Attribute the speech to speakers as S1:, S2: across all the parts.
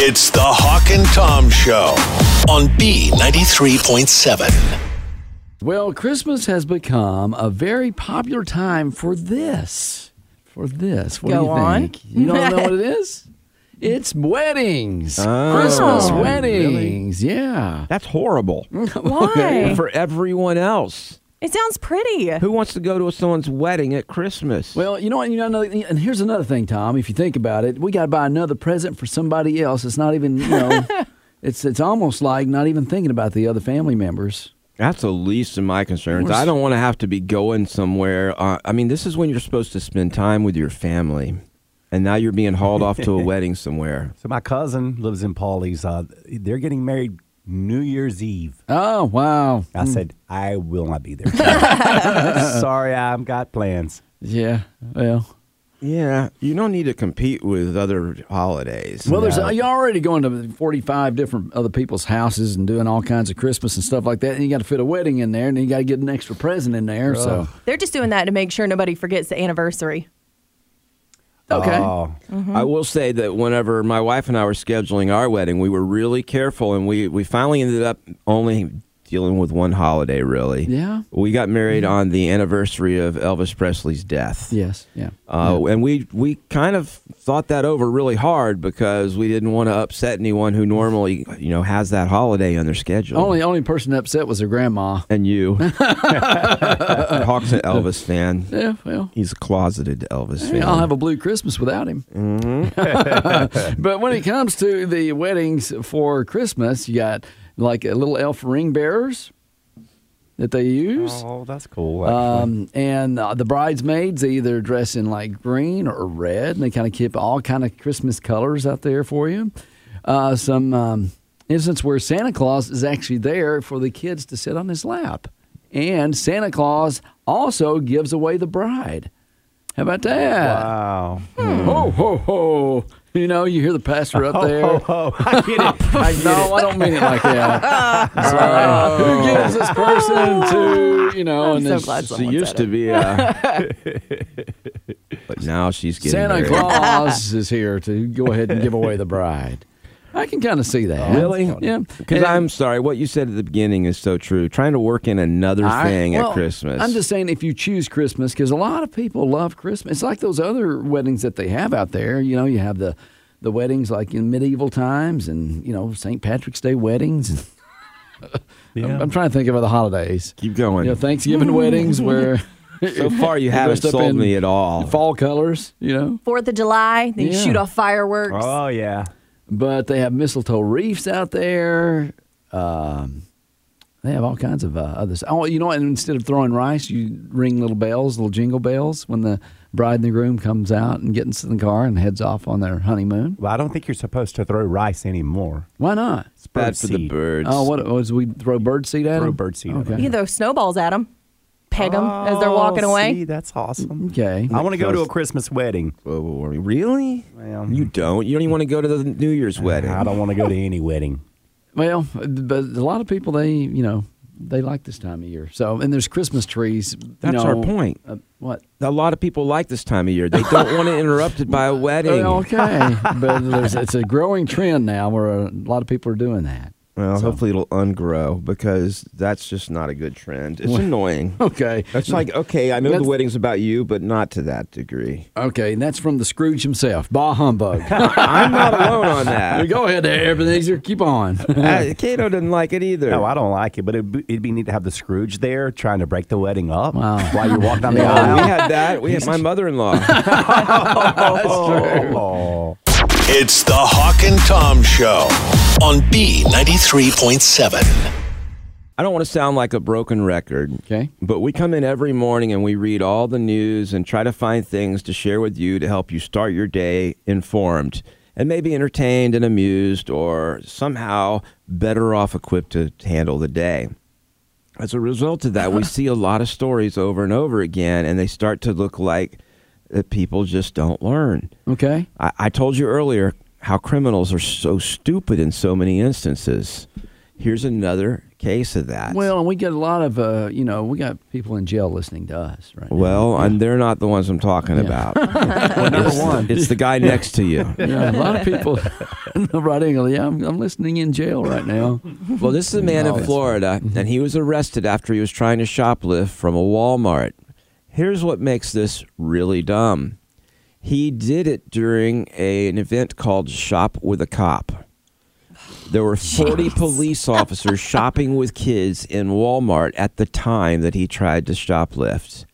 S1: It's the Hawk and Tom Show on B93.7.
S2: Well, Christmas has become a very popular time for this. For this. What do
S3: Go
S2: you
S3: on.
S2: think? You don't know what it is? It's weddings.
S4: Oh,
S2: Christmas weddings. Yeah.
S4: That's horrible
S3: Why?
S4: for everyone else.
S3: it sounds pretty.
S4: Who wants to go to someone's wedding at Christmas?
S2: Well, you know what? You know, another- and here's another thing, Tom. If you think about it, we got to buy another present for somebody else. It's not even, you know, it's it's almost like not even thinking about the other family members.
S4: That's the least of my concerns. I don't want to have to be going somewhere. Uh, I mean, this is when you're supposed to spend time with your family, and now you're being hauled off to a wedding somewhere.
S5: So my cousin lives in Pawleys. Uh, they're getting married New Year's Eve.
S2: Oh wow.
S5: I said I will not be there. Sorry, I've got plans.
S2: Yeah. Well.
S4: Yeah, you don't need to compete with other holidays.
S2: Well, there's you're already going to 45 different other people's houses and doing all kinds of Christmas and stuff like that, and you got to fit a wedding in there, and then you got to get an extra present in there. So
S3: They're just doing that to make sure nobody forgets the anniversary.
S2: okay,
S5: Oh,
S2: Mm-hmm.
S4: I will say that whenever my wife and I were scheduling our wedding, we were really careful, and we we finally ended up only dealing with one holiday. Really,
S2: Yeah.
S4: We got married on the anniversary of Elvis Presley's death.
S2: yes, yeah,
S4: Uh, And we we kind of thought that over really hard because we didn't want to upset anyone who normally you know has that holiday on their schedule.
S2: only only person upset was her grandma.
S4: and you, Hawks an Elvis fan.
S2: Yeah, well.
S4: He's a closeted Elvis fan.
S2: I'll have a blue Christmas without him. but when it comes to the weddings for Christmas, you got like uh, little elf ring bearers that they use.
S5: oh, that's cool.
S2: Um, and uh, the bridesmaids they either dress in like green or red, and they kind of keep all kind of Christmas colors out there for you. Uh, some um, instance where Santa Claus is actually there for the kids to sit on his lap, and Santa Claus also gives away the bride. How about that?
S5: wow.
S2: Ho ho ho! You know, you hear the pastor up there.
S5: Oh, I get it. I get
S2: No, I don't mean it like that. Sorry. Who gives this person to you know?
S3: I'm
S2: and
S3: so
S2: it's-
S3: glad
S4: She
S3: someone
S4: used
S3: said
S4: to
S3: it.
S4: be, uh, but now she's getting
S2: Santa
S4: married.
S2: Claus is here to go ahead and give away the bride. I can kind of see that.
S4: Oh, Really?
S2: Yeah.
S4: Because
S2: And-
S4: I'm sorry, what you said at the beginning is so true. Trying to work in another
S2: I-
S4: thing
S2: well,
S4: at Christmas.
S2: I'm just saying if you choose Christmas, because a lot of people love Christmas. It's like those other weddings that they have out there. You know, you have the the weddings like in medieval times, and you know St. Patrick's Day weddings. I'm, I'm trying to think of other holidays.
S4: keep going.
S2: You know, Thanksgiving weddings where
S4: so far, you haven't
S2: dressed up
S4: sold
S2: in
S4: me at all.
S2: fall colors. You know.
S3: Fourth of July, they
S2: Yeah.
S3: shoot off fireworks.
S5: Oh yeah.
S2: but they have mistletoe reefs out there. Um, they have all kinds of uh, others. Oh, you know, and instead of throwing rice, you ring little bells, little jingle bells, when the bride and the groom comes out and gets in the car and heads off on their honeymoon.
S5: Well, I don't think you're supposed to throw rice anymore.
S2: Why not?
S5: It's
S4: Bad for the
S5: birdseed.
S4: birds.
S2: Oh, what was we throw bird seed at
S5: Throw
S2: them?
S5: bird seed at
S2: Okay.
S3: You can throw snowballs at them, peg them as they're walking
S5: Oh,
S3: away.
S5: see, that's awesome.
S2: Okay.
S5: I want to go to a Christmas wedding.
S4: Oh, really?
S5: Well-
S4: you don't. You don't even want to go to the New Year's wedding.
S5: I don't want to go to any wedding.
S2: Well, but a lot of people they you know they like this time of year. So and there's Christmas trees. you
S4: That's our
S2: know,
S4: point.
S2: Uh, what?
S4: A lot of people like this time of year. They don't want to interrupt it by a wedding.
S2: Well, okay, but there's, it's a growing trend now where uh, a lot of people are doing that.
S4: Well, hopefully it'll ungrow because that's just not a good trend. It's annoying.
S2: Okay,
S4: It's like, okay, I know
S2: That's-
S4: the wedding's about you, but not to that degree.
S2: okay, and that's from the Scrooge himself, Bah Humbug.
S4: I'm not alone on that.
S2: Go ahead, there, Ebenezer. Keep on.
S4: Uh, Cato didn't like it either.
S5: No, I don't like it, but it'd be, it'd be neat to have the Scrooge there trying to break the wedding up
S2: Wow.
S5: while you're walking down the
S4: Oh, we
S5: aisle.
S4: had that. We had my mother-in-law.
S5: Oh.
S1: It's the Hawk and Tom Show on B93.7.
S4: I don't want to sound like a broken record.
S2: Okay.
S4: But we come in every morning and we read all the news and try to find things to share with you to help you start your day informed and maybe entertained and amused or somehow better off equipped to handle the day. As a result of that, we see a lot of stories over and over again and they start to look like that people just don't learn.
S2: Okay.
S4: I, I told you earlier how criminals are so stupid in so many instances. Here's another case of that.
S2: Well, and we get a lot of, uh, you know, we got people in jail listening to us, right? now.
S4: Well, and they're not the ones I'm talking
S2: Yeah.
S4: about. number one, it's the guy next to you.
S2: Yeah, a lot of people right angle. Yeah, I'm, I'm listening in jail right now.
S4: Well, this is a man
S2: Oh,
S4: in
S2: that's-
S4: Florida, and he was arrested after he was trying to shoplift from a Walmart. Here's what makes this really dumb he did it during a, an event called Shop with a Cop. There were 40 police officers shopping with kids in Walmart at the time that he tried to shoplift.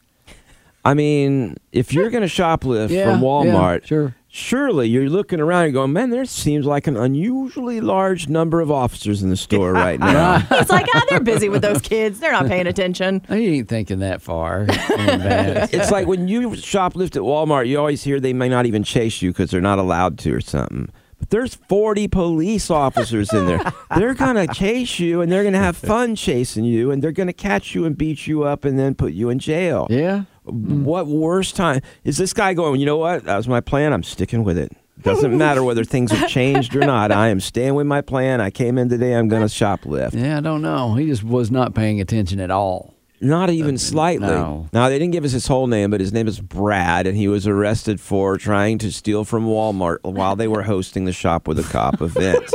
S4: I mean, if you're going to shoplift
S2: Yeah,
S4: from
S2: yeah,
S4: Walmart,
S2: sure.
S4: surely you're looking around and going, man, there seems like an unusually large number of officers in the store right now.
S3: It's like, ah, they're busy with those kids. They're not paying attention.
S2: He ain't thinking that far. in advance.
S4: it's like when you shoplift at Walmart, you always hear they may not even chase you because they're not allowed to or something. But there's 40 police officers in there. They're going to chase you and they're going to have fun chasing you and they're going to catch you and beat you up and then put you in jail.
S2: yeah.
S4: What worse time is this guy going? You know what? That was my plan. I'm sticking with it. Doesn't matter whether things have changed or not. I am staying with my plan. I came in today. I'm going to shoplift.
S2: Yeah, I don't know. He just was not paying attention at all.
S4: Not even slightly.
S2: Uh, no.
S4: Now they didn't give us his whole name, but his name is Brad, and he was arrested for trying to steal from Walmart while they were hosting the shop with a cop event.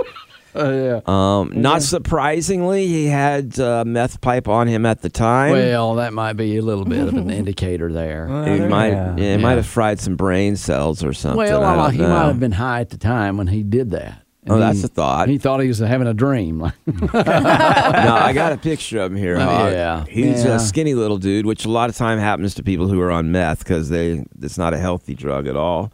S2: Oh yeah.
S4: Um, not surprisingly, he had uh, meth pipe on him at the time.
S2: well, that might be a little bit of an indicator there.
S4: he might, yeah, he might
S2: Yeah.
S4: have fried some brain cells or something.
S2: Well,
S4: I don't
S2: he
S4: know.
S2: might have been high at the time when he did that.
S4: Oh,
S2: And
S4: that's
S2: he-
S4: a thought.
S2: He thought he was having a dream. Like,
S4: no, I got a picture of him here. Hawk.
S2: yeah.
S4: he's
S2: Yeah.
S4: a skinny little dude, which a lot of time happens to people who are on meth because they it's not a healthy drug at all.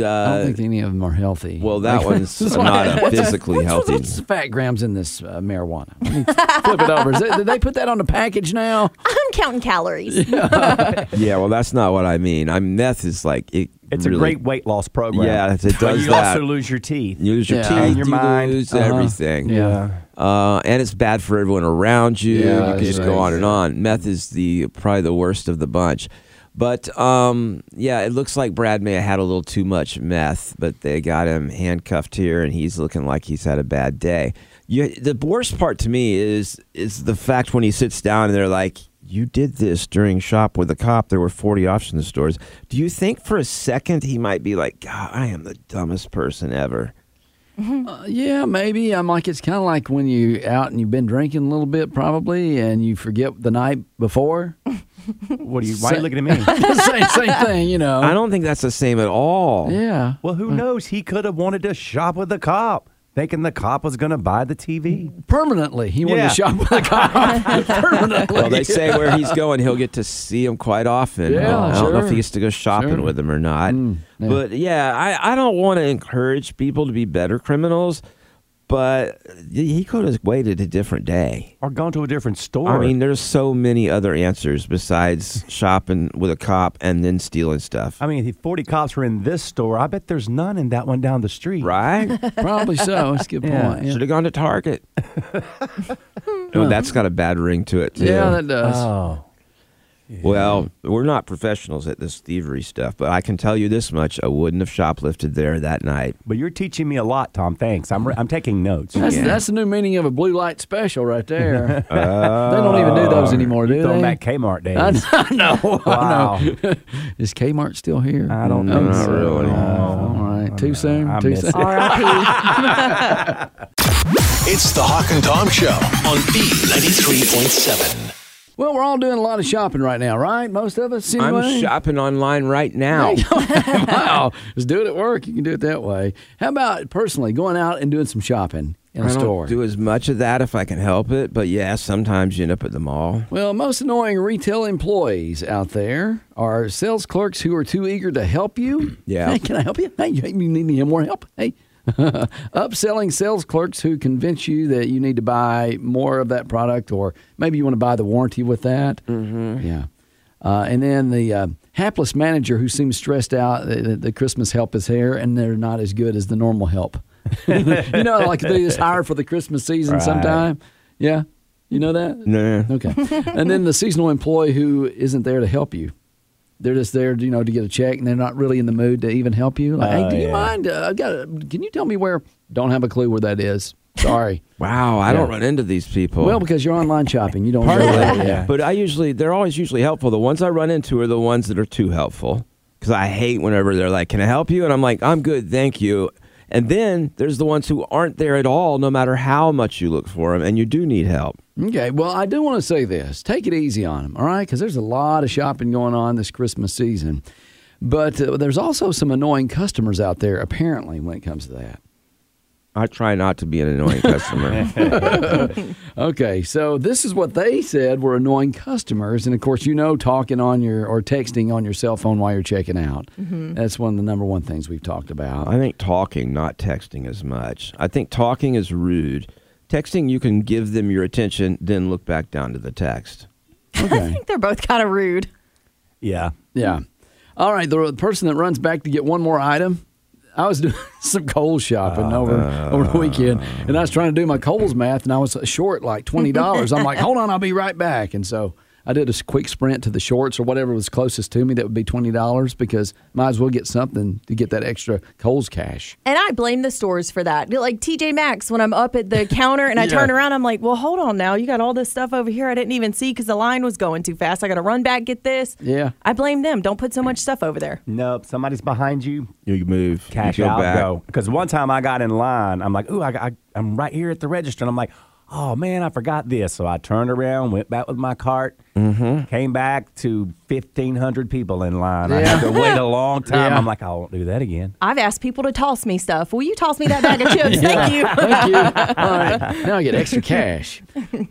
S2: I don't
S4: uh,
S2: think any of them are healthy.
S4: well, that one's not a physically healthy.
S2: What's the fat grams in this uh, marijuana? Let me Flip it over. Is that- did they put that on the package now?
S3: I'm counting calories.
S4: Yeah, well, that's not what I mean. I mean, meth is like it.
S5: It's
S4: really-
S5: a great weight loss program.
S4: Yeah, it
S5: But
S4: does
S5: you
S4: that.
S5: also lose your teeth.
S4: You lose your
S2: Yeah.
S4: teeth,
S2: And
S5: your
S4: you
S5: mind.
S4: lose
S2: Uh-huh.
S4: everything.
S2: Yeah.
S4: Uh, and it's bad for everyone around you.
S2: Yeah,
S4: you can
S2: that's
S4: just go
S2: right.
S4: on and on. Meth is the probably the worst of the bunch. But um, yeah, it looks like Brad may have had a little too much meth, but they got him handcuffed here, and he's looking like he's had a bad day. You, the worst part to me is is the fact when he sits down and they're like, "You did this during shop with a cop." There were forty options in the stores. Do you think for a second he might be like, "God, I am the dumbest person ever"?
S2: Uh, yeah, maybe. I'm like, it's kind of like when you out and you've been drinking a little bit, probably, and you forget the night before.
S5: What are you? Why are you
S2: Sa-
S5: looking at me?
S2: same, same thing, you know.
S4: I don't think that's the same at all.
S2: Oh. Yeah.
S5: well,
S4: Hmm.
S5: who knows? He could have wanted to shop with the cop, thinking the cop was going to buy the TV.
S2: Permanently, he wanted
S5: Yeah.
S2: to shop with a cop. Permanently.
S4: Well, they say where he's going, he'll get to see him quite often.
S2: Yeah,
S4: I don't know if
S2: sure.
S4: he gets to go shopping
S2: Sure. Mm,
S4: with him or not.
S2: yeah.
S4: But yeah, I, I don't want to encourage people to be better criminals, but he could have waited a different day.
S5: Or gone to a different store.
S4: I mean, there's so many other answers besides shopping with a cop and then stealing stuff.
S5: I mean, if 40 cops were in this store. I bet there's none in that one down the street.
S4: right?
S2: Probably so. That's a good
S5: Yeah.
S2: point. Yeah,
S4: Should have gone to Target. no, that's got a bad ring to it, too.
S2: Yeah, that does.
S5: Oh.
S4: Well, we're not professionals at this thievery stuff, but I can tell you this much: I wouldn't have shoplifted there that night.
S5: But you're teaching me a lot, Tom. Thanks. I'm, re- I'm taking notes.
S2: that's,
S4: yeah.
S2: that's the new meaning of a blue light special right there. they don't even do
S4: Oh.
S2: those anymore, do
S5: Throwing
S2: they?
S5: back Kmart days.
S2: I know. I know.
S5: Wow.
S2: I know. Is Kmart still here?
S5: I don't
S4: No,
S5: know.
S4: not really.
S2: All right. Too soon.
S5: Oh, I
S2: Too
S5: miss
S2: soon.
S5: it.
S3: R.I.P.
S1: It's the Hawk and Tom Show on B93.7.
S2: Well, we're all doing a lot of shopping right now, right? Most of us. Anyway.
S4: I'm shopping online right now.
S2: wow. Just do it at work. You can do it that way. How about personally going out and doing some shopping in
S4: I
S2: a
S4: don't
S2: store?
S4: do as much of that if I can help it, but yeah, sometimes you end up at the mall.
S2: Well, most annoying retail employees out there are sales clerks who are too eager to help you.
S4: Yeah.
S2: Hey, can I help you? Hey, you you need any more help? Hey. Upselling sales clerks who convince you that you need to buy more of that product or maybe you want to buy the warranty with that. Mm-hmm. Yeah. Uh, and then the uh, hapless manager who seems stressed out that that the Christmas help is here and they're not as good as the normal help. you know, like they just hire for the Christmas season
S5: Right.
S2: sometime. Yeah. You know that?
S4: No,
S2: Okay. and then the seasonal employee who isn't there to help you. They're just there, you know, to get a check, and they're not really in the mood to even help you. Like, hey,
S5: Oh,
S2: do you
S5: yeah.
S2: mind? Uh, I've got. A, can you tell me where? Don't have a clue where that is. Sorry.
S4: Wow, I don't run into these people.
S2: Well, because you're online shopping, you don't.
S4: Part
S2: know
S4: of
S2: that,
S4: it.
S2: yeah.
S4: But I usually, they're always usually helpful. The ones I run into are the ones that are too helpful because I hate whenever they're like, Can I help you? And I'm like, I'm good, thank you. And then there's the ones who aren't there at all, no matter how much you look for them, and you do need help.
S2: Okay, well, I do want to say this. Take it easy on them, all right? Because there's a lot of shopping going on this Christmas season. But uh, there's also some annoying customers out there, apparently, when it comes to that.
S4: I try not to be an annoying customer.
S2: Okay, so this is what they said were annoying customers. And of course, you know, talking on your or texting on your cell phone while you're checking out. That's one of the number one things we've talked about.
S4: I think talking, not texting as much. I think talking is rude. Texting, you can give them your attention, then look back down to the text.
S3: I
S2: Okay.
S3: think they're both kind of rude.
S5: Yeah.
S2: Yeah. All right. The person that runs back to get one more item. I was doing some Kohl's shopping over over the weekend, and I was trying to do my Kohl's math, and I was short like twenty dollars. I'm like, hold on, I'll be right back. And so I did a s- quick sprint to the shorts or whatever was closest to me that would be twenty dollars because might as well get something to get that extra Kohl's cash.
S3: And I blame the stores for that. Like TJ Maxx, when I'm up at the counter and I turn around, I'm like, well, hold on now. You got all this stuff over here I didn't even see because the line was going too fast. I got to run back, get this.
S2: Yeah.
S3: I blame them. Don't put so much stuff over there.
S5: Nope. Somebody's behind you.
S4: You move, you
S5: Cash
S4: go
S5: out,
S4: back.
S5: go. Because one time I got in line, I'm like, ooh, I, I, I'm right here at the register, and I'm like, oh man, I forgot this. So I turned around, went back with my cart,
S2: Mm-hmm.
S5: came back to 1,500 people in line. I had to wait a long time.
S2: Yeah.
S5: I'm like, I won't do that again.
S3: I've asked people to toss me stuff. Will you toss me that bag of chips? Thank you.
S2: Thank you. All right. Now I get extra cash.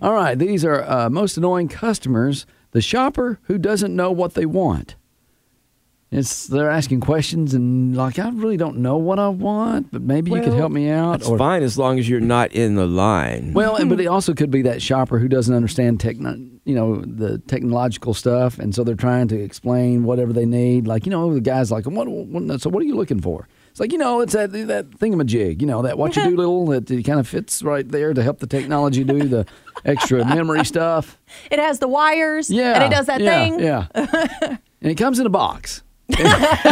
S2: All right. These are uh, most annoying customers. The shopper who doesn't know what they want. It's they're asking questions and like I really don't know what I want, but maybe you could
S4: Well,
S2: help me out.
S4: It's fine as long as you're not in the line.
S2: Well, and- but it also could be that shopper who doesn't understand techno, you know, the technological stuff, and so they're trying to explain whatever they need. Like, you know, the guy's like, "What? what so, what are you looking for?" It's like, you know, it's that that thingamajig, you know, that what you do little that kind of fits right there to help the technology do the extra memory stuff.
S3: It has the wires.
S2: Yeah,
S3: And it does that
S2: yeah,
S3: thing.
S2: Yeah, and it comes in a box.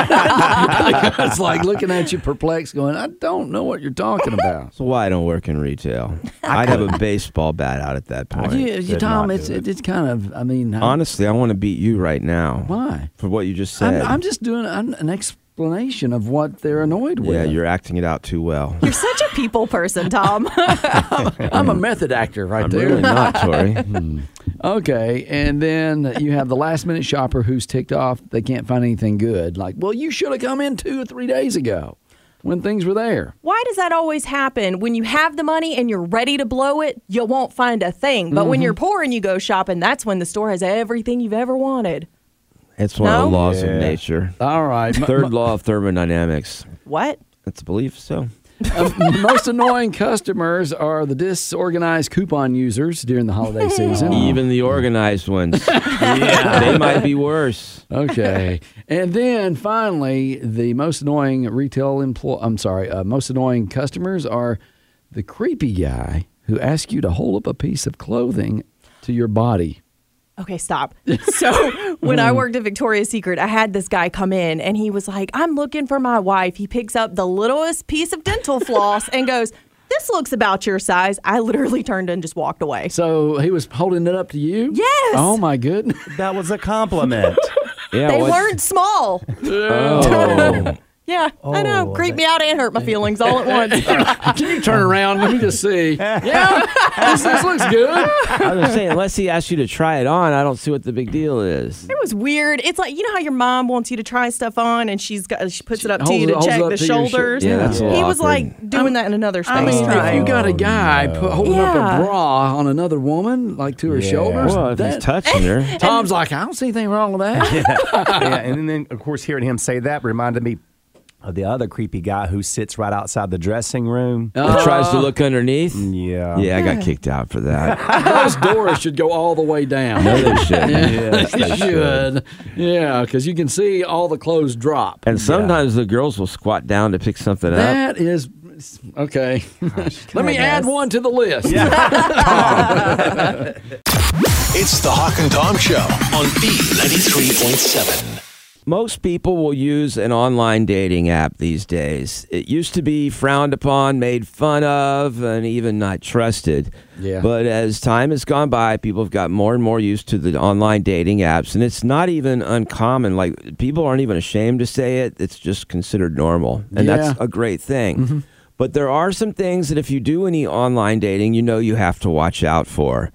S2: it's like looking at you perplexed, going, "I don't know what you're talking about."
S4: So why I don't work in retail? I'd have a baseball bat out at that point.
S2: You, you,
S5: could
S2: Tom,
S5: not
S2: it's
S5: do it.
S2: it's kind of, I mean, I-
S4: Honestly, I want to beat you right now.
S2: Why?
S4: For what you just said.
S2: I'm, I'm just doing an, an explanation of what they're annoyed with.
S4: yeah, you're acting it out too well.
S3: You're such a people person, Tom.
S2: I'm a method actor right
S4: I'm
S2: there.
S4: really not, Tori.
S2: Okay, and then you have the last minute shopper who's ticked off. They can't find anything good. Like, well, you should have come in two or three days ago when things were there.
S3: Why does that always happen? When you have the money and you're ready to blow it, you won't find a thing. But
S2: Mm-hmm.
S3: when you're poor and you go shopping, that's when the store has everything you've ever wanted.
S4: It's one of the
S3: No?
S4: laws
S5: Yeah.
S4: of nature.
S2: All right. m-
S4: Third law of thermodynamics.
S3: What?
S4: It's a belief, so.
S2: uh, most annoying customers are the disorganized coupon users during the holiday season.
S4: Even the organized ones. They might be worse.
S2: Okay. and then finally, the most annoying retail employ I'm sorry, uh, most annoying customers are the creepy guy who asks you to hold up a piece of clothing to your body.
S3: Okay, stop. So, when
S2: Hmm.
S3: I worked at Victoria's Secret, I had this guy come in and he was like, I'm looking for my wife. He picks up the littlest piece of dental floss and goes, This looks about your size. I literally turned and just walked away.
S2: So he was holding it up to you?
S3: Yes.
S2: Oh my goodness.
S5: That was a compliment.
S4: Yeah,
S3: They
S4: what-
S3: weren't small.
S4: Oh.
S3: Yeah, I know.
S5: Oh,
S3: Creep me out and hurt my feelings all at once.
S2: Can you turn around? Let me just see. Oh. Yeah. This, this looks good.
S4: I was saying, unless he asks you to try it on, I don't see what the big deal is.
S3: It was weird. It's like you know how your mom wants you to try stuff on, and she's got she puts it up to
S2: holds it-
S3: you to
S2: holds it
S3: check
S2: up
S3: the
S2: to your shi-
S3: shoulders.
S4: Yeah, that's a
S3: he
S4: little
S3: was like doing that in another space.
S2: I mean, if
S3: trying.
S2: you got a guy put, holding up
S3: Yeah.
S2: a bra on another woman, like to her
S5: Yeah.
S2: shoulders,
S4: Well, if
S2: that-
S4: he's touching her.
S2: Tom's like, I don't see anything wrong with that.
S5: yeah, and then of course hearing him say that reminded me of the other creepy guy who sits right outside the dressing room.
S2: Oh.
S4: He tries
S2: Uh,
S4: to look underneath.
S5: Yeah.
S4: Yeah, I got kicked out for that.
S2: Those doors should go all the way down.
S4: No, they shouldn't.
S5: Yes,
S2: They should. Yeah, because you can see all the clothes drop.
S4: And sometimes the girls will squat down to pick something up.
S2: That is okay. Let me add
S3: goodness.
S2: one to the list.
S1: It's the Hawk and Tom Show on B93.7.
S4: most people will use an online dating app these days. It used to be frowned upon, made fun of, and even not trusted.
S2: Yeah.
S4: But as time has gone by, people have got more and more used to the online dating apps, and it's not even uncommon. Like people aren't even ashamed to say it; it's just considered normal, and
S2: Yeah.
S4: that's a great thing.
S2: Mm-hmm.
S4: But there are some things that if you do any online dating, you know you have to watch out for.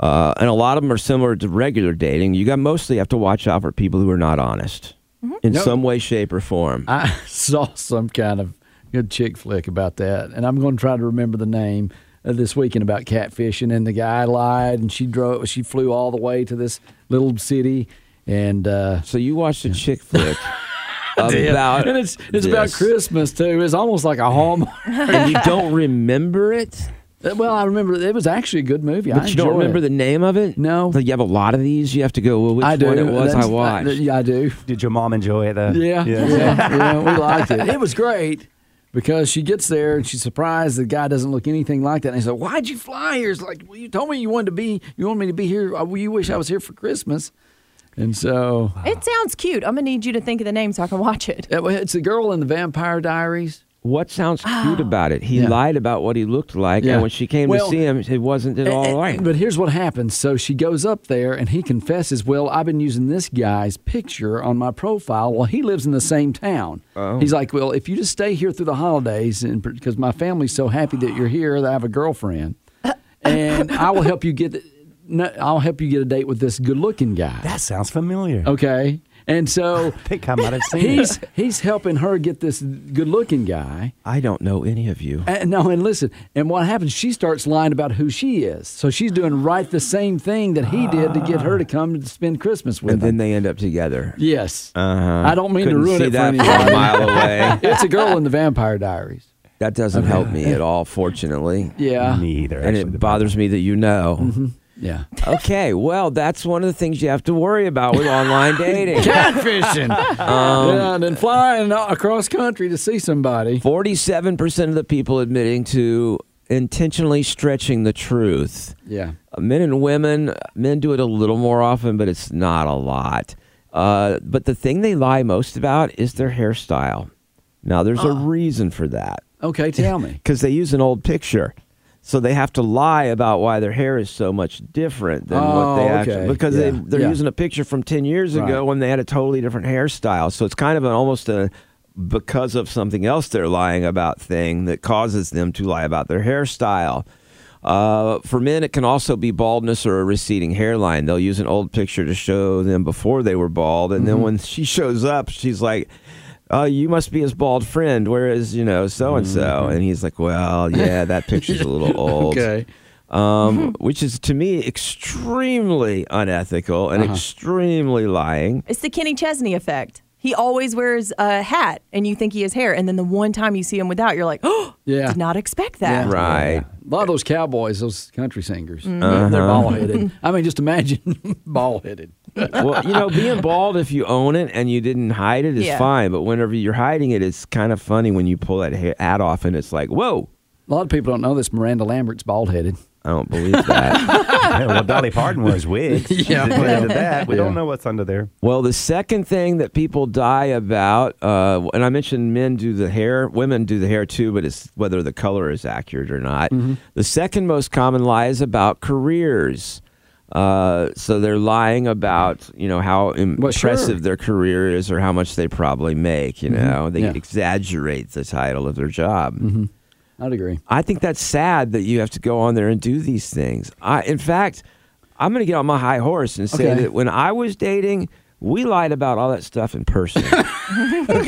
S4: Uh, and a lot of them are similar to regular dating. You got mostly have to watch out for people who are not honest in
S2: Nope.
S4: some way, shape, or form.
S2: Mm-hmm. I saw some kind of good chick flick about that, and I'm going to try to remember the name uh, this weekend about catfishing. And the guy lied, and she drove, she flew all the way to this little city, and uh,
S4: so you watched a chick flick about
S2: and it's it's about
S4: this.
S2: Christmas too. It's almost like a hallmark.
S4: and you don't remember it,
S2: well, I remember it was actually a good movie. I
S4: but you don't
S2: enjoyed
S4: remember
S2: it.
S4: the name of it.
S2: No.
S4: Like, you have a lot of these. You have to go. Well, which
S2: I do.
S4: one it was I
S2: That's-
S4: watched?
S2: yeah, I do.
S5: Did your mom enjoy it though?
S2: Yeah, yeah, yeah, We liked it. It was great because she gets there and she's surprised the guy doesn't look anything like that. And he's like, "Why'd you fly here?" It's like, "Well, you told me you wanted to be, you wanted me to be here. Uh, well, You wish I was here for Christmas." And so
S3: It sounds cute. I'm gonna need you to think of the name so I can watch it.
S2: it- it's the girl in the Vampire Diaries.
S4: What sounds cute about it? He
S2: Ah. Yeah.
S4: lied about what he looked like,
S2: Yeah.
S4: and when she came
S2: Well, eh,
S4: to see him, it wasn't at all right.
S2: But here's what happens. So she goes up there and he confesses, Well, I've been using this guy's picture on my profile. Well, he lives in the same town.
S4: Oh.
S2: He's like, Well, if you just stay here through the holidays, and because my family's so happy that you're here, that I have a girlfriend, and I will help you get. No, I'll help you get a date with this good-looking guy.
S5: That sounds familiar.
S2: Oh. okay, and so
S5: I think I might have seen it.
S2: he's he's helping her get this good-looking guy,
S4: I don't know any of you.
S2: and, no, and listen. And what happens? She starts lying about who she is. So she's doing right the same thing that he did to get her to come to spend Christmas with
S4: And then
S2: him.
S4: they end up together.
S2: yes. I don't mean to
S4: Couldn't
S2: ruin
S4: see
S2: it
S4: that
S2: for
S4: from a
S2: anybody.
S4: mile away.
S2: it's a girl in the Vampire Diaries.
S4: That doesn't help me at all, fortunately.
S2: Eh. Yeah. Mm-hmm.
S5: Me either.
S4: Ah, and
S5: actually.
S4: it bothers me that you know.
S2: Yeah.
S4: Okay, well, that's one of the things you have to worry about with online dating.
S2: Catfishing.
S4: Um,
S2: yeah, and then flying a- across country to see somebody.
S4: 47% of the people admitting to intentionally stretching the truth.
S2: Yeah.
S4: men and women men do it a little more often but it's not a lot uh, but the thing they lie most about is their hairstyle now there's a reason for that
S2: Okay, tell me.
S4: because they use an old picture so they have to lie about why their hair is so much different than
S2: Oh,
S4: what they
S2: okay.
S4: actually because they,
S2: Yeah,
S4: they're
S2: yeah.
S4: using a picture from 10 years
S2: Right.
S4: ago when they had a totally different hairstyle so it's kind of an almost a because of something else they're lying about thing that causes them to lie about their hairstyle uh, for men, it can also be baldness or a receding hairline. They'll use an old picture to show them before they were bald, and
S2: Mm-hmm.
S4: then when she shows up, she's like, "Oh, you must be his bald friend. Where is you know so and so?" And he's like, "Well, yeah, that picture's a little old."
S2: Okay.
S4: Um, which is to me extremely unethical and extremely lying.
S3: It's the Kenny Chesney effect. He always wears a hat, and you think he has hair, and then the one time you see him without, you're like, "Oh,
S2: Yeah.
S3: did not expect that."
S2: Yeah.
S4: Right. Uh-huh.
S2: A lot of those cowboys, those country singers, they're-
S3: Mm-hmm.
S2: they're bald headed. I mean, just imagine bald headed.
S4: well, you know, being bald if you own it and you didn't hide it is
S3: Yeah.
S4: fine, but whenever you're hiding it, it's kind of funny when you pull that ha- hat off and it's like, "Whoa."
S2: A lot of people don't know this. Miranda Lambert's bald headed.
S4: I don't believe that.
S5: well, Dolly Parton wears wigs.
S2: Yeah.
S5: Just went into that. We
S2: Yeah.
S5: don't know what's under there.
S4: well, the second thing that people die about, uh, and I mentioned men do the hair, women do the hair too, but it's whether the color is accurate or not.
S2: Mm-hmm.
S4: The second most common lie is about careers. Uh, so they're lying about you know how
S2: Well, sure. Mm-hmm.
S4: impressive their career is or how much they probably make. You know they
S2: Yeah. Mm-hmm.
S4: exaggerate the title of their job.
S2: I'd agree.
S4: I think that's sad that you have to go on there and do these things. I, in fact, I'm going to get on my high horse and say
S2: Okay.
S4: that when I was dating, we lied about all that stuff in person. and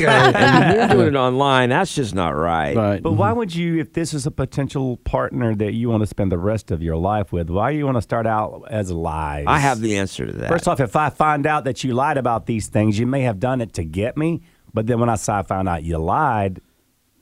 S4: you're doing it online. That's just not right.
S2: Right.
S5: But why would you, if this is a potential partner that you want to spend the rest of your life with, why you want to start out as lies?
S4: I have the answer to that.
S5: First off, if I find out that you lied about these things, you may have done it to get me. But then when I saw, I found out you lied,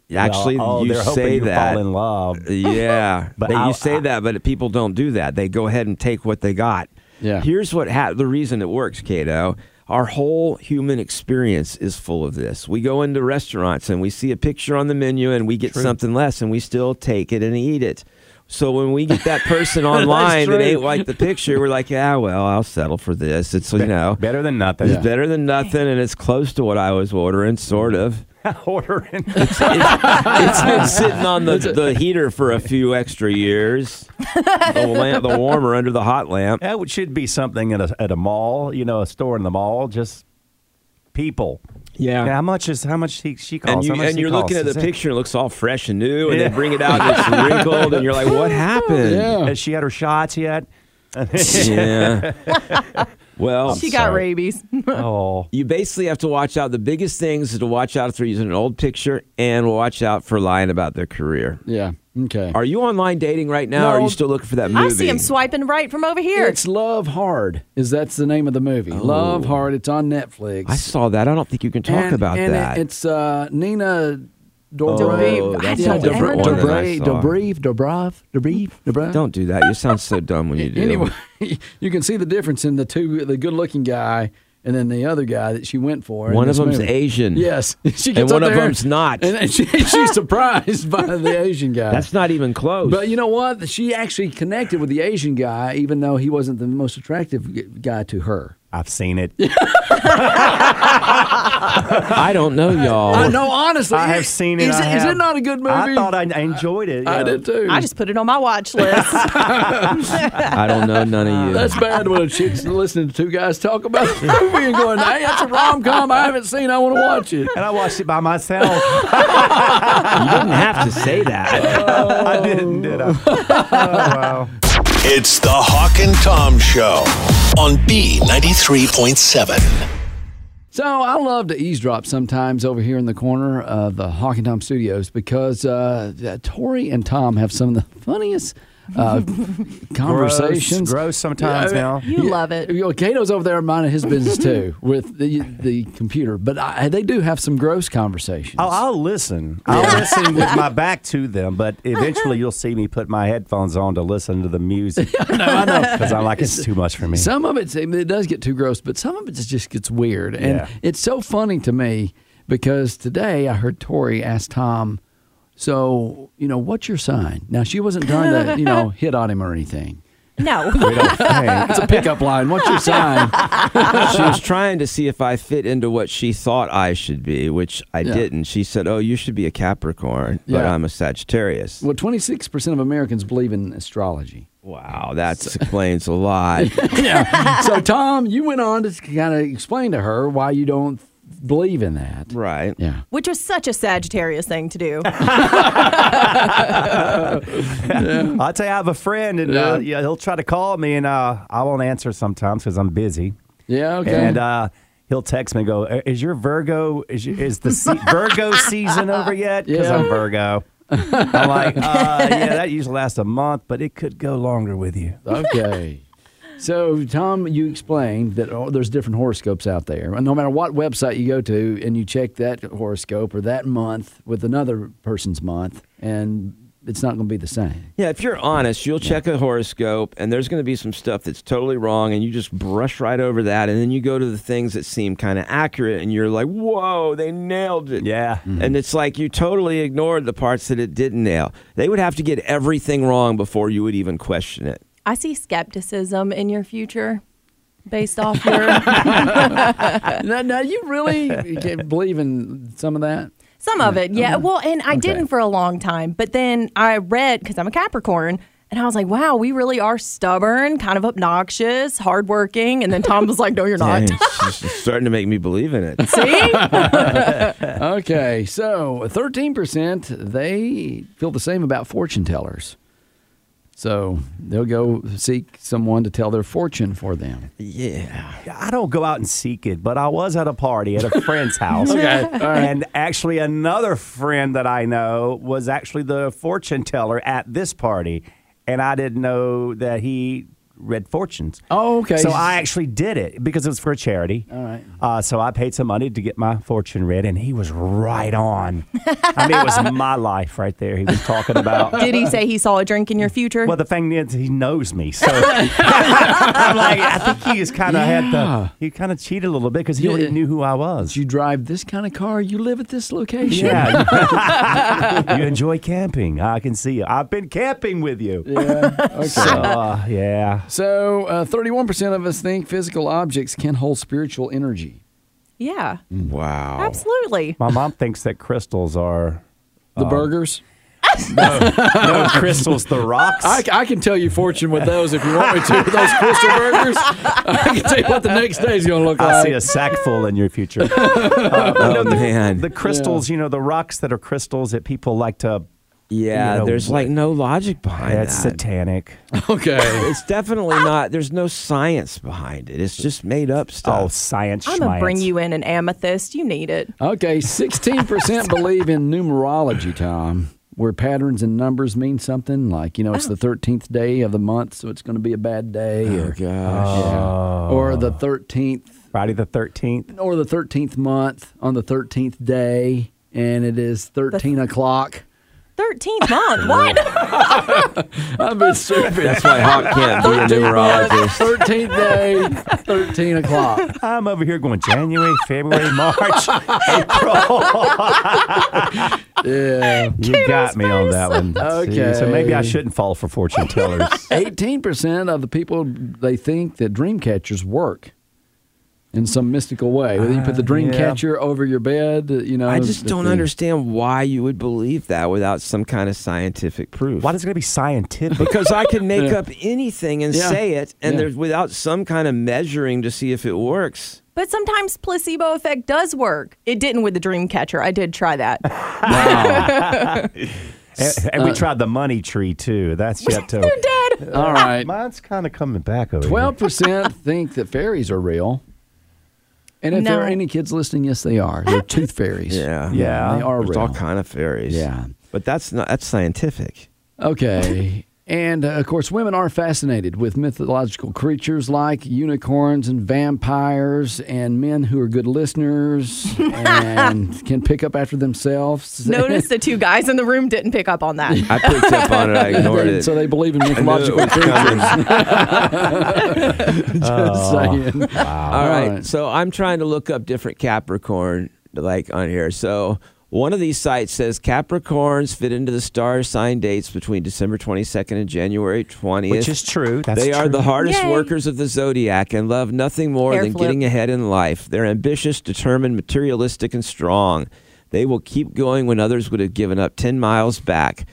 S5: well,
S4: Actually,
S5: oh,
S4: you
S5: they're hoping
S4: say
S5: you
S4: that.
S5: fall in love.
S4: Yeah,
S5: But
S4: but you
S5: I'll-
S4: say
S5: I-
S4: that, but people don't do that. They go ahead and take what they got.
S2: Yeah.
S4: Here's what ha- the reason it works, Cato. Our whole human experience is full of this. We go into restaurants and we see a picture on the menu and we get something less and we still take it and eat it. So when we get that person online that
S5: true.
S4: ain't like the picture, we're like, yeah, well, I'll settle for this. It's you know,
S5: Better than nothing.
S4: it's better than nothing, and it's close to what I was ordering, sort of.
S5: Ordering.
S4: It's been sitting on the, the heater for a few extra years. The, lamp, the warmer under the hot lamp.
S5: That would- should be something at a, at a mall, you know, a store in the mall, just people.
S4: Yeah.
S5: how much is how much he, she costs?
S4: And, you,
S5: how much
S4: and
S5: he
S4: you're looking at
S5: costs?
S4: the
S5: Is it-
S4: picture, it looks all fresh and new, and
S5: Yeah.
S4: they bring it out and it's wrinkled, and you're like, what happened?
S2: Yeah.
S5: Has she had her shots yet?
S4: Yeah. well,
S3: She got rabies.
S5: Oh,
S4: you basically have to watch out. The biggest things is to watch out if they're using an old picture and watch out for lying about their career.
S2: Yeah. Okay.
S4: Are you online dating right now? or are
S2: No.
S4: you still looking for that movie?
S3: I see him swiping right from over here.
S2: It's Love Hard. Is that's the name of the movie? Love Hard. It's on Netflix.
S4: Oh. I saw that. I don't think you can talk
S2: And-
S4: about
S2: and it-
S4: that. Oh,
S2: it's uh, Nina
S3: Dobrev.
S2: Dobrev.
S3: I that's a don't- different Anna one
S4: than I saw.
S2: Dobrev. Dobrev. Dobrev. Dobrev.
S4: don't do that. You sound so dumb when you do.
S2: Anyway, you can see the difference in the two, the good-looking guy and then the other guy that she went for. in
S4: one of
S2: this
S4: them's
S2: movie.
S4: Asian.
S2: Yes, she gets
S4: And one
S2: up
S4: of
S2: there
S4: them's not.
S2: and, and she, she's surprised by the Asian guy.
S4: That's not even close.
S2: But you know what? She actually connected with the Asian guy, even though he wasn't the most attractive g- guy to her.
S5: I've seen it.
S4: I don't know, y'all.
S2: I know, honestly.
S5: I have
S2: is-
S5: seen it.
S2: Is,
S5: I
S2: is
S5: have.
S2: it not a good movie?
S5: I thought I, I enjoyed it. you
S2: I
S5: know.
S2: did too.
S3: I just put it on my watch list.
S4: I don't know none of you.
S2: That's bad when a chick's listening to two guys talk about a movie and going, hey, that's a rom com I haven't seen. I want to watch it.
S5: And I watched it by myself.
S4: you didn't have to say that.
S5: I didn't, did I? Oh, wow.
S1: It's the Hawk and Tom Show on B93.7.
S2: So I love to eavesdrop sometimes over here in the corner of the Hawk and Tom Studios because uh, Tori and Tom have some of the funniest uh, conversations.
S5: Gross, gross sometimes
S2: Yeah, I
S5: now.
S2: mean-
S3: You love it.
S2: You know, Kato's over there minding his business too with the the computer, but I, they do have some gross conversations.
S3: Oh,
S5: I'll, I'll listen. I'll listen with my back to them, but eventually you'll see me put my headphones on to listen to the music. no, I know. Because I'm like, it's too much for me.
S2: Some of it's, I mean, it does get too gross, but some of it just gets weird. And
S5: Yeah.
S2: it's so funny to me because today I heard Tori ask Tom, So, you know, what's your sign? Now, she wasn't trying to, you know, hit on him or anything.
S3: No.
S5: We don't think.
S2: It's a pickup line. What's your sign?
S4: she was trying to see if I fit into what she thought I should be, which I
S2: Yeah.
S4: didn't. She said, "Oh, you should be a Capricorn, but
S2: Yeah.
S4: I'm a Sagittarius."
S2: Well, 26% of Americans believe in astrology.
S4: Wow, that explains a lot.
S2: Yeah. so, Tom, you went on to kind of explain to her why you don't believe in that.
S4: right.
S2: Yeah.
S3: Which was such a Sagittarius thing to do.
S5: I'll tell you, I have a friend, and
S2: Yeah.
S5: uh, yeah, he'll try to call me, and uh, I won't answer sometimes because I'm busy.
S2: Yeah, okay.
S5: And uh, he'll text me and go, "Uh, "Is your Virgo is, your, is the se- Virgo season over yet?" Because
S2: Yeah.
S5: I'm Virgo. I'm like, uh, yeah, that usually lasts a month, but it could go longer with you.
S2: Okay. So, Tom, you explained that oh, there's different horoscopes out there. And no matter what website you go to and you check that horoscope or that month with another person's month, and it's not going to be the same.
S4: Yeah, if you're honest, you'll check a horoscope and there's going to be some stuff that's totally wrong and you just brush right over that and then you go to the things that seem kind of accurate and you're like, "Whoa, they nailed it."
S5: Yeah. Mm-hmm.
S4: And it's like you totally ignored the parts that it didn't nail. They would have to get everything wrong before you would even question it.
S3: I see skepticism in your future based off your.
S2: now, now, you really can't believe in some of that?
S3: Some of it, yeah. Well, and I
S2: Okay.
S3: didn't for a long time, but then I read, because I'm a Capricorn, and I was like, wow, we really are stubborn, kind of obnoxious, hardworking. And then Tom was like, no, you're not.
S4: Dang, it's it's starting to make me believe in it.
S3: See?
S2: Okay. So, 13%, they feel the same about fortune tellers. So, they'll go seek someone to tell their fortune for them.
S4: Yeah.
S5: I don't go out and seek it, but I was at a party at a friend's house.
S2: Okay, all right.
S5: And actually, another friend that I know was actually the fortune teller at this party. And I didn't know that he Red Fortunes.
S2: Oh, okay.
S5: So I actually did it because it was for a charity.
S2: All right.
S5: Uh, so I paid some money to get my fortune read, and he was right on. I mean, it was my life right there. He was talking about.
S3: Did he say he saw a drink in your future?
S5: Well, the thing is, he knows me, so I'm like, I think he just kind of had
S2: Yeah.
S5: the. He kind of cheated a little bit because he already
S2: Yeah.
S5: knew who I was.
S2: you drive this kind of car. You live at this location.
S5: Yeah. you enjoy camping. I can see you. I've been camping with you.
S2: Yeah, okay.
S5: So, uh, yeah.
S2: So, uh, 31% of us think physical objects can hold spiritual energy.
S3: yeah,
S4: Wow.
S3: absolutely.
S5: Mm. My mom thinks that crystals are.
S2: The burgers.
S5: No, crystals, the rocks.
S2: I, I can tell you fortune with those if you want me to. With those crystal burgers, I can tell you what the next day is going to look
S5: I
S2: like.
S5: see a sack full in your future. Uh,
S4: Oh, man.
S5: the crystals, you know, the rocks that are crystals that people like to.
S4: yeah,
S5: you know,
S4: there's like no logic behind
S5: That's
S4: that.
S5: satanic.
S2: Okay.
S4: it's definitely not. There's no science behind it. It's just made up
S5: Oh,
S4: stuff.
S5: science.
S3: I'm gonna bring
S5: schmiance.
S3: you in an amethyst. You need it.
S2: Okay, 16% believe in numerology, Tom, where patterns and numbers mean something. Like, you know, it's the 13th day of the month, so it's going to be a bad day. or,
S4: gosh.
S2: Yeah. or the 13th,
S5: Friday the 13th.
S2: or the 13th month on the 13th day, and it is 13 o'clock.
S3: Thirteenth month. What?
S2: I've been stupid.
S4: That's why Hawk can't be a
S2: 13th
S4: numerologist.
S2: month, 13th day, 13 o'clock.
S5: I'm over here going January, February, March, April.
S2: Yeah.
S5: you got me on that one. See, so maybe I
S2: Okay.
S5: shouldn't fall for fortune tellers.
S2: 18% of the people, they think that dream catchers work. In some mystical way, whether you put the dream
S5: yeah.
S2: catcher over your bed, you know.
S4: Uh, I just
S2: the-
S4: don't
S2: the-
S4: understand why you would believe that without some kind of scientific proof.
S5: Why does it gotta be scientific?
S4: because I can make up anything and
S2: Yeah.
S4: say it, and
S2: Yeah.
S4: there's without some kind of measuring to see if it works.
S3: but sometimes placebo effect does work. It didn't with the dream catcher. I did try that.
S5: and, and we tried the money tree too. That's yet to.
S3: They're dead.
S2: All right.
S5: Mine's kind of coming back over. here.
S2: Twelve percent think that fairies are real. And if there are
S3: No.
S2: any kids listening, yes, they are. They're tooth fairies.
S4: Yeah,
S5: Yeah.
S2: they are
S4: There's all
S2: real.
S4: kind of fairies.
S2: Yeah.
S4: but that's not that's scientific.
S2: Okay. And uh, of course, women are fascinated with mythological creatures like unicorns and vampires, and men who are good listeners and can pick up after themselves.
S3: Notice the two guys in the room didn't pick up on that.
S4: I picked up on it. I ignored it.
S2: so they believe in
S4: I knew it
S2: mythological
S4: was coming. Oh.
S2: just saying.
S4: All right.
S2: right.
S4: So I'm trying to look up different Capricorn like on here. So one of these sites says Capricorns fit into the star sign dates between December 22nd and January 20th.
S5: which is true. That's
S4: they are
S5: true.
S4: the hardest
S3: Yay.
S4: workers of the zodiac and love nothing more
S3: Hair
S4: than
S3: flip.
S4: getting ahead in life. They're ambitious, determined, materialistic, and strong. They will keep going when others would have given up 10 miles back.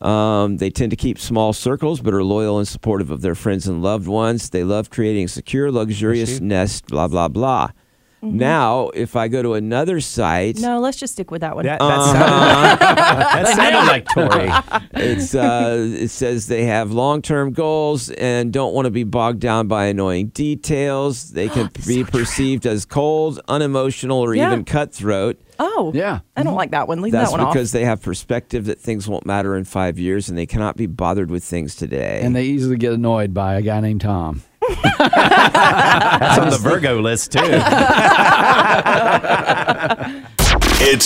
S4: Um, they tend to keep small circles, but are loyal and supportive of their friends and loved ones. They love creating secure, luxurious nest, blah, blah, blah.
S3: Mm-hmm.
S4: Now, if I go to another site,
S3: no, let's just stick with that one.
S5: That, that, sounded, that sounded like Tori.
S4: it's uh, it says they have long-term goals and don't want to be bogged down by annoying details. They can be perceived as cold, unemotional, or
S3: Yeah.
S4: even cutthroat.
S3: oh,
S2: Yeah.
S3: I don't like that one. Leave
S4: Mm-hmm. That's
S3: that one off.
S4: because they have perspective that things won't matter in five years, and they cannot be bothered with things today.
S2: And they easily get annoyed by a guy named Tom.
S5: That's on the Virgo list too.
S1: It's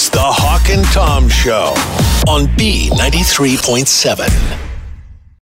S1: the Hawk and Tom Show on B93.7.